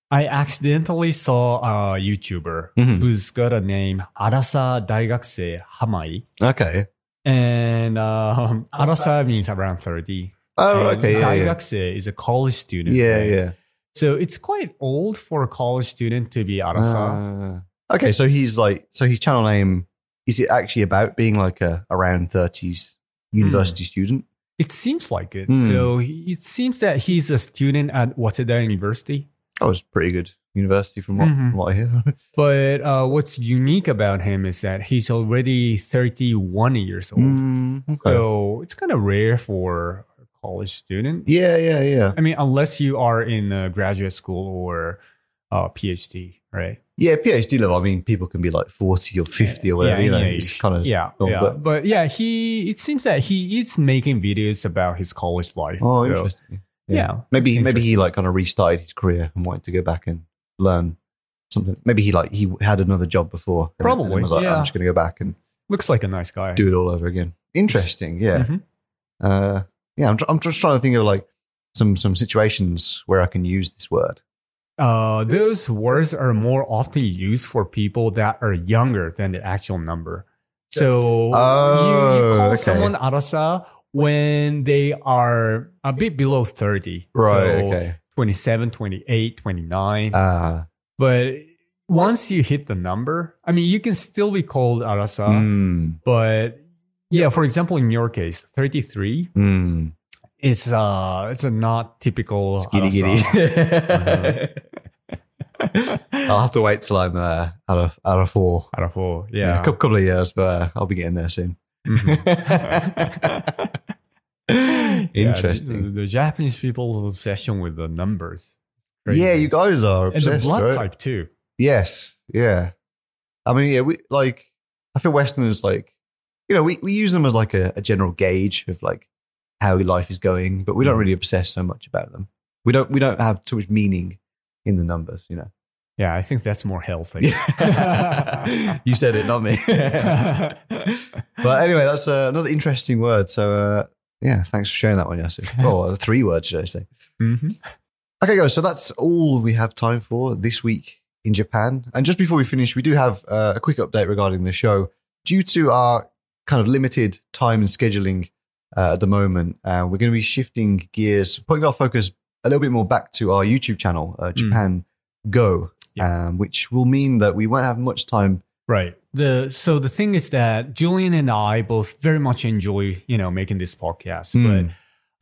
I accidentally saw a YouTuber Mhm. who's got a name Arasa Daigakse Hamai. Okay. And um, Arasa means around 30. Oh, And okay. Yeah, yeah. Daigakse is a college student. Yeah, right? yeah. So it's quite old for a college student to be Arasa. Ah. okay, so he's like, so his channel name is it actually about being like a around thirties university Hmm. student? it seems like it. Hmm. So he, it seems that he's a student at Waseda University. Oh, it's a pretty good university from what, Mhm. from what I hear. But uh, what's unique about him is that he's already 31 years old. Mm, So it's kind of rare for a college student. Yeah, yeah, yeah, I mean, unless you are in uh, graduate school or uh, PhD, right? yeah. PhD level. I mean, people can be like forty or fifty or whatever. yeah, you know, in it's age. kind of yeah, oh, yeah. but- But, yeah, he. It seems that he is making videos about his college life. oh, So, interesting. Yeah, Maybe it's maybe interesting. he like kind of restarted his career and wanted to go back and learn something. Maybe he like he had another job before. and- and Probably, was like, "Oh, yeah. I'm just going to go back and looks like a nice guy. do it all over again. Interesting. Yeah. Mhm. Uh, yeah, I'm, tr- I'm just trying to think of like some some situations where I can use this word. Uh, those words are more often used for people that are younger than the actual number. So you, you Oh, call okay. someone arasa when they are a bit below 30. So okay. 27, 28, 29. Uh, but once you hit the number, I mean, you can still be called arasa, mm, but yeah, for example, in your case, 33 mm, is uh, it's a not typical giddy giddy. arasa. Uh-huh. I'll have to wait till I'm uh, out of out of four. Arafo, Yeah, yeah. a couple, couple of years, but uh, I'll be getting there soon. Mhm. Yeah, Interesting. the, the Japanese people's obsession with the numbers. Yeah, you guys are and obsessed, the blood right? type too. Yes. Yeah. I mean, yeah, we like, I feel Westerners, like, you know, we, we use them as like a, a general gauge of like how life is going, but we don't really obsess so much about them. We don't, we don't have too much meaning in the numbers, you know. Yeah, I think that's more healthy. you said it, not me. but anyway, that's uh, another interesting word. So, uh, yeah, thanks for sharing that one, Yasser. Oh, three words, should I say. Mhm. Okay, guys, so that's all we have time for this week in Japan. And just before we finish, we do have uh, a quick update regarding the show. Due to our kind of limited time and scheduling uh, at the moment, uh, we're going to be shifting gears, putting our focus a little bit more back to our YouTube channel, uh, Japan Go, Yeah. um, which will mean that we won't have much time Right. The so the thing is that Julian and I both very much enjoy, you know, making this podcast, Mm. but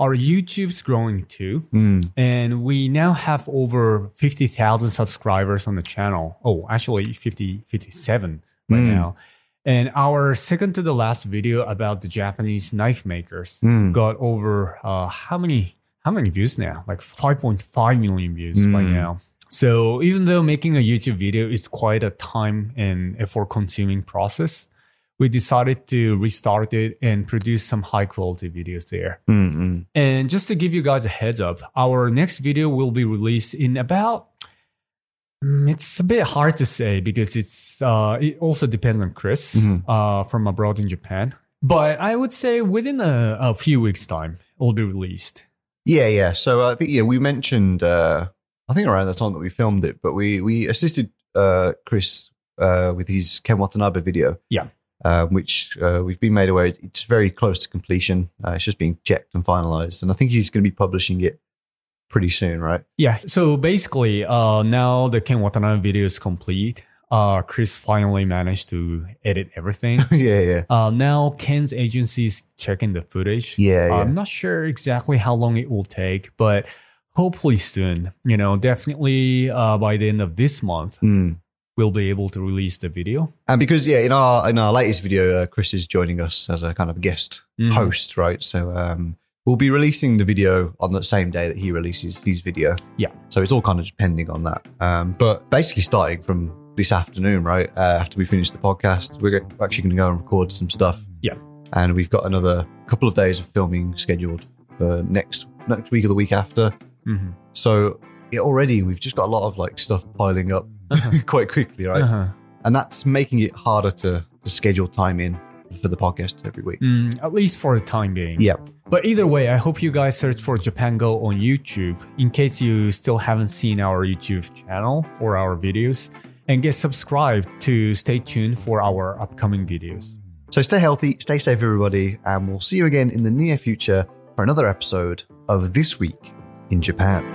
our YouTube's growing too. Mm. And we now have over 50,000 subscribers on the channel. Oh, actually 50 57 by Mm. now. And our second to the last video about the Japanese knife makers Mm. got over uh, how many how many views now? Like 5.5 million views by Mm. now. So even though making a YouTube video is quite a time and effort consuming process, we decided to restart it and produce some high quality videos there. Mm. Mm. And just to give you guys a heads up, our next video will be released in about. Mm, It's a bit hard to say because it's uh, it also depends on Chris Mhm. uh, from abroad in Japan. But I would say within a, a few weeks' time, it'll be released. Yeah, yeah. So uh, I think yeah, we mentioned uh, I think around the time that we filmed it, but we we assisted uh, Chris uh, with his Ken Watanabe video. Yeah. Um, which uh, we've been made aware it's very close to completion. Uh, it's just being checked and finalized, and I think he's going to be publishing it pretty soon, right? Yeah. So basically, uh, now the Ken Watanabe video is complete. Uh, Chris finally managed to edit everything. yeah, yeah, uh, now Ken's agency is checking the footage. yeah, yeah. I'm not sure exactly how long it will take, but hopefully soon. You know, definitely uh, by the end of this month, Hmm. we'll be able to release the video. And because yeah, in our in our latest video, uh, Chris is joining us as a kind of guest Mhm. host, right? So um, we'll be releasing the video on the same day that he releases his video. Yeah. So it's all kind of depending on that. Um, but basically, starting from this afternoon, right uh, after we finish the podcast, we're go- actually going to go and record some stuff. Yeah. And we've got another couple of days of filming scheduled for next next week or the week after. Mhm. So it already we've just got a lot of like stuff piling up Uh-huh. quite quickly, right? Uh-huh. and that's making it harder to, to schedule time in for the podcast every week. Mm, at least for the time being. Yeah, But either way, I hope you guys search for Japan Go on YouTube in case you still haven't seen our YouTube channel or our videos and get subscribed to stay tuned for our upcoming videos. So stay healthy, stay safe, everybody, and we'll see you again in the near future for another episode of This Week in Japan.